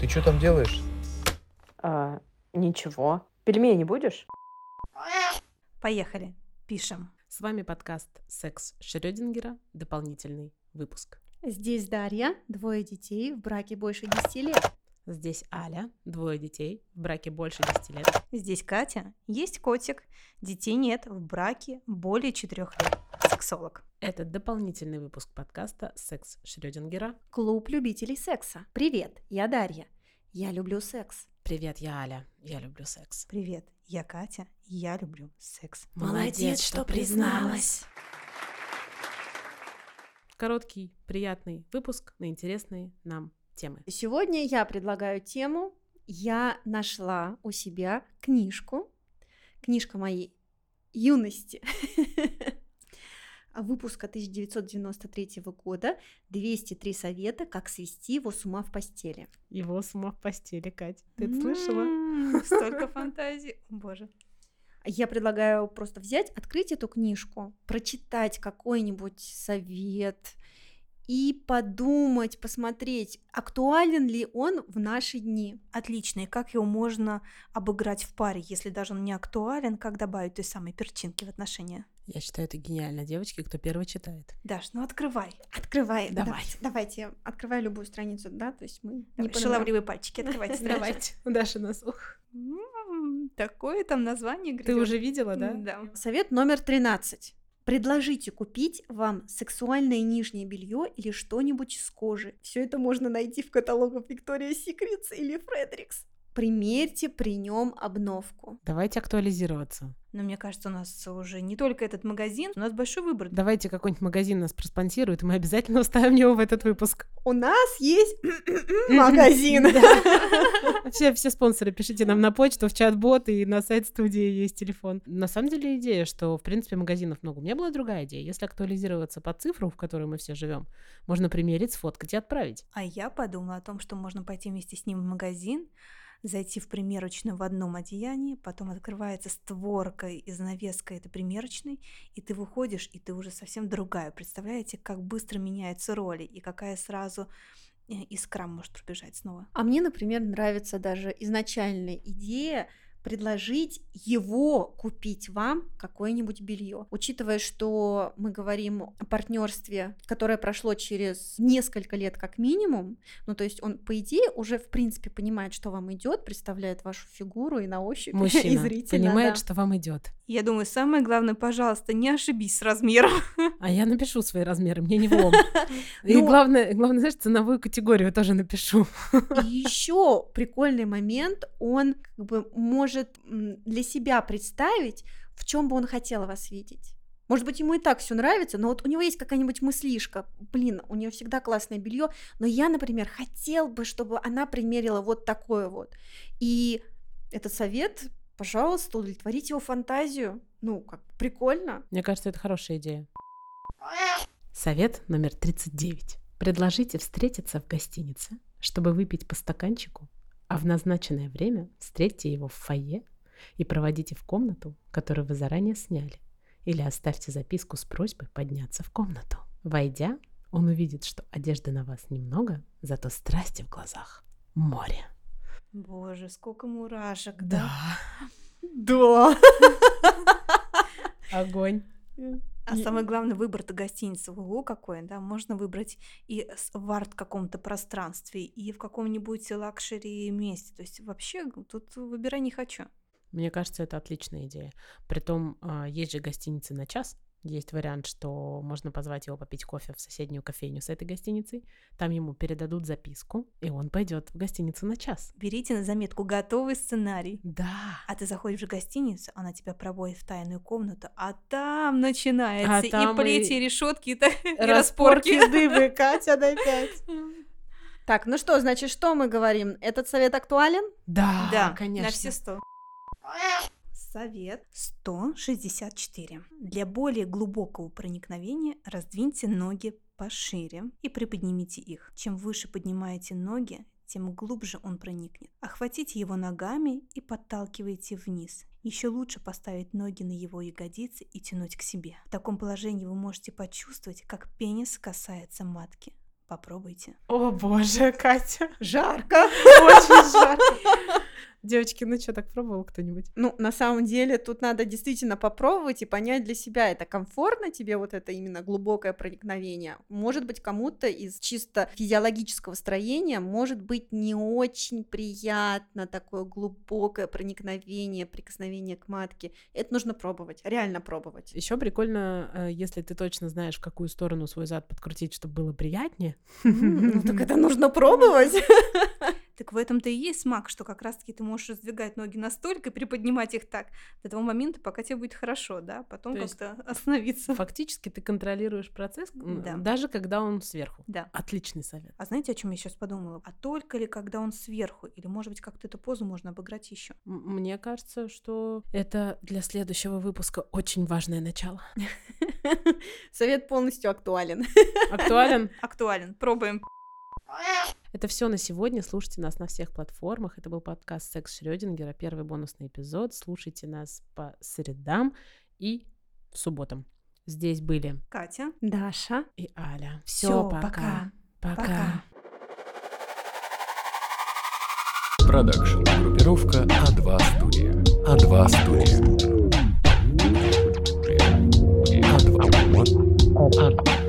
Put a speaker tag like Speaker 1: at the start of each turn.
Speaker 1: Ты что там делаешь?
Speaker 2: А, ничего. Пельмени будешь?
Speaker 3: Поехали. Пишем.
Speaker 4: С вами подкаст «Секс Шрёдингера», дополнительный выпуск.
Speaker 3: Здесь Дарья, двое детей, в браке больше 10 лет.
Speaker 4: Здесь Аля, двое детей, в браке больше 10 лет.
Speaker 3: Здесь Катя, есть котик, детей нет, в браке более 4 лет. Сексолог.
Speaker 4: Это дополнительный выпуск подкаста «Секс Шрёдингера».
Speaker 5: Клуб любителей секса. Привет, я Дарья. Я люблю секс.
Speaker 4: Привет, я Аля, я люблю секс.
Speaker 3: Привет, я Катя, я люблю секс.
Speaker 5: Молодец, что призналась.
Speaker 4: Короткий, приятный выпуск на интересные нам темы.
Speaker 5: Сегодня я предлагаю тему. Я нашла у себя книжку. Книжка моей юности. Выпуска 1993 года «203 совета, как свести его с ума в постели».
Speaker 4: Его с ума в постели, Кать.
Speaker 5: М-м.
Speaker 3: М, Столько фантазий. О, Боже.
Speaker 5: Я предлагаю просто взять, открыть эту книжку, прочитать какой-нибудь совет и подумать, посмотреть, актуален ли он в наши дни.
Speaker 3: Отлично, и как его можно обыграть в паре, если даже он не актуален, как добавить той самой перчинки в отношения?
Speaker 4: Я считаю, это гениально, девочки, кто первый читает.
Speaker 3: Даш, ну открывай.
Speaker 5: Открывай.
Speaker 4: Давай.
Speaker 5: Давайте, давайте я открываю любую страницу, да, то есть мы не
Speaker 3: Давай, шаловливые пальчики открывайте. Даша.
Speaker 4: Даша нас. ух.
Speaker 3: М, Такое там название
Speaker 4: Ты
Speaker 3: грядёт.
Speaker 4: уже видела, да?
Speaker 3: Да.
Speaker 5: Совет номер 13. Предложите купить вам сексуальное нижнее белье или что-нибудь из кожи. Все это можно найти в каталогах Victoria's Secret или Фредерикс. Примерьте при нем обновку.
Speaker 4: Давайте актуализироваться.
Speaker 3: Но мне кажется, у нас уже не только этот магазин, у нас большой выбор.
Speaker 4: Давайте какой-нибудь магазин нас проспонсирует, и мы обязательно вставим его в этот выпуск.
Speaker 5: У нас есть магазин.
Speaker 4: Все, все спонсоры, пишите нам на почту, в чат-бот и на сайт студии есть телефон. На самом деле идея, что, в принципе, магазинов много. У меня была другая идея. Если актуализироваться по цифру, в которой мы все живем, можно примерить, сфоткать и отправить.
Speaker 3: А я подумала о том, что можно пойти вместе с ним в магазин, зайти в примерочную в одном одеянии, потом открывается створка и занавеска этой примерочной, и ты выходишь, и ты уже совсем другая. Представляете, как быстро меняются роли, и какая сразу э, искра может пробежать снова.
Speaker 5: А мне, например, нравится даже изначальная идея предложить его купить вам какое-нибудь белье. Учитывая, что мы говорим о партнерстве, которое прошло через несколько лет как минимум, ну то есть он, по идее, уже в принципе понимает, что вам идет, представляет вашу фигуру и на ощупь, и
Speaker 4: Мужчина
Speaker 5: зрительно.
Speaker 4: понимает,
Speaker 5: да.
Speaker 4: что вам идет.
Speaker 3: Я думаю, самое главное, пожалуйста, не ошибись с размером.
Speaker 4: А я напишу свои размеры, мне не влом. И
Speaker 5: Ну-
Speaker 4: главное, главное, знаешь, ценовую категорию тоже напишу.
Speaker 5: И еще прикольный момент, он как бы может м, для себя представить, в чем бы он хотел вас видеть. Может быть, ему и так все нравится, но вот у него есть какая-нибудь мыслишка. Блин, у нее всегда классное белье, но я, например, хотел бы, чтобы она примерила вот такое вот. И этот совет, пожалуйста, удовлетворить его фантазию. Ну, как прикольно.
Speaker 4: Мне кажется, это хорошая идея. Совет номер 39. Предложите встретиться в гостинице, чтобы выпить по стаканчику, а в назначенное время встретьте его в фойе и проводите в комнату, которую вы заранее сняли, или оставьте записку с просьбой подняться в комнату. Войдя, он увидит, что одежды на вас немного, зато страсти в глазах море.
Speaker 3: Боже, сколько мурашек.
Speaker 5: Да.
Speaker 4: огонь.
Speaker 3: А
Speaker 5: Не-
Speaker 3: самое главное, выбор-то гостиницы. Ого, какой, да, можно выбрать и с- в арт каком-то пространстве, и в каком-нибудь лакшери месте. То есть вообще г- тут выбирай не хочу.
Speaker 4: Мне кажется, это отличная идея. Притом, а, есть же гостиницы на час. Есть вариант, что можно позвать его попить кофе в соседнюю кофейню с этой гостиницей. Там ему передадут записку, и он пойдет в гостиницу на час.
Speaker 3: Берите на заметку готовый сценарий.
Speaker 4: Да.
Speaker 3: А ты заходишь в гостиницу, она тебя проводит в тайную комнату, а там начинается
Speaker 4: А там
Speaker 3: и плети,
Speaker 4: и
Speaker 3: и решетки, и, та- и распорки.
Speaker 4: дыбы, Катя, дай пять.
Speaker 5: Так, ну что, значит, что мы говорим? Этот совет актуален?
Speaker 4: Да,
Speaker 3: Да,
Speaker 4: конечно.
Speaker 3: на все сто. Совет 164. Для более глубокого проникновения раздвиньте ноги пошире и приподнимите их. Чем выше поднимаете ноги, тем глубже он проникнет. Охватите его ногами и подталкивайте вниз. Еще лучше поставить ноги на его ягодицы и тянуть к себе. В таком положении вы можете почувствовать, как пенис касается матки. Попробуйте.
Speaker 4: О боже, Катя,
Speaker 5: Жарко.
Speaker 4: очень жарко. Девочки, ну что, так пробовал кто-нибудь?
Speaker 5: Ну, на самом деле, тут надо действительно попробовать и понять для себя, это комфортно тебе вот это именно глубокое проникновение. Может быть, кому-то из чисто физиологического строения может быть не очень приятно такое глубокое проникновение, прикосновение к матке. Это нужно пробовать, реально пробовать.
Speaker 4: Еще прикольно, э, если ты точно знаешь, в какую сторону свой зад подкрутить, чтобы было приятнее.
Speaker 5: М, Ну, так это нужно пробовать.
Speaker 3: Так в этом-то и есть смак, что как раз-таки ты можешь раздвигать ноги настолько и приподнимать их так до того момента, пока тебе будет хорошо, да? Потом
Speaker 4: То есть-
Speaker 3: как-то остановиться.
Speaker 4: Фактически ты контролируешь процесс, м,
Speaker 3: Да.
Speaker 4: даже когда он сверху.
Speaker 3: Да.
Speaker 4: Отличный совет.
Speaker 3: А знаете, о чем я сейчас подумала? А только ли, когда он сверху? Или, может быть, как-то эту позу можно обыграть еще?
Speaker 4: М- Мне кажется, что это для следующего выпуска очень важное начало.
Speaker 5: Совет полностью актуален.
Speaker 4: Актуален?
Speaker 3: Актуален. Пробуем.
Speaker 4: Это все на сегодня. Слушайте нас на всех платформах. Это был подкаст «Секс Шрёдингера», первый бонусный эпизод. Слушайте нас по средам и субботам. Здесь были
Speaker 3: Катя.
Speaker 5: Даша.
Speaker 4: и Аля. Все,
Speaker 3: Всё,
Speaker 4: пока.
Speaker 3: Пока.
Speaker 4: Пока.
Speaker 1: Продакшн. Группировка А2 Студия. А2 Студия. А2. Вот. А2.